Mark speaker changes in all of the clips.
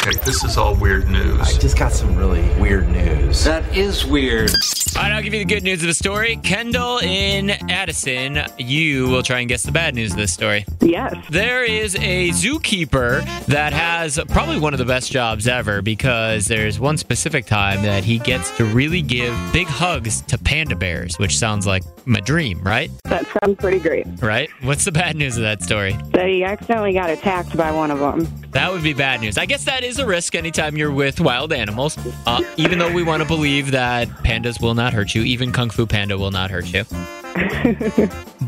Speaker 1: Okay, this is all weird
Speaker 2: I
Speaker 1: news.
Speaker 2: just got some really weird news.
Speaker 3: That is weird.
Speaker 4: All right, I'll give you the good news of the story. Kendall in Addison, you will try and guess the bad news of this story.
Speaker 5: Yes.
Speaker 4: There is a zookeeper that has probably one of the best jobs ever because there's one specific time that he gets to really give big hugs to panda bears, which sounds like my dream, right?
Speaker 5: That sounds pretty great.
Speaker 4: Right? What's the bad news of that story?
Speaker 5: That he accidentally got attacked by one of them.
Speaker 4: That would be bad news. I guess that is a risk anytime you're with wild animals, uh, even though we want to believe that pandas will not hurt you, even Kung Fu Panda will not hurt you.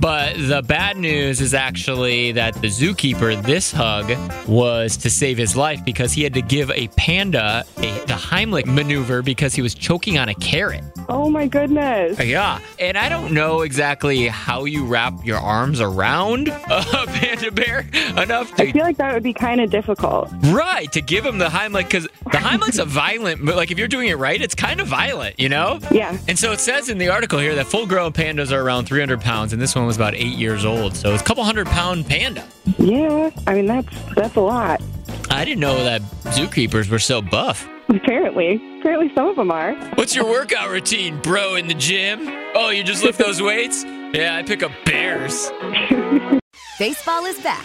Speaker 4: But the bad news is actually that the zookeeper, this hug, was to save his life because he had to give a panda a, the Heimlich maneuver because he was choking on a carrot.
Speaker 5: Oh my goodness.
Speaker 4: Yeah. And I don't know exactly how you wrap your arms around a panda bear enough
Speaker 5: I
Speaker 4: to
Speaker 5: feel like that would be kind of difficult.
Speaker 4: Right, to give him the Heimlich, because the Heimlich's a violent, but like if you're doing it right, it's kind of violent, you know?
Speaker 5: Yeah.
Speaker 4: And so it says in the article here that full grown pandas are around 300 pounds, and this one was about eight years old. So it's a couple hundred pound panda.
Speaker 5: Yeah. I mean, that's that's a lot.
Speaker 4: I didn't know that zookeepers were so buff.
Speaker 5: Apparently. Apparently, some of them are.
Speaker 4: What's your workout routine, bro, in the gym? Oh, you just lift those weights? Yeah, I pick up bears.
Speaker 6: Baseball is back,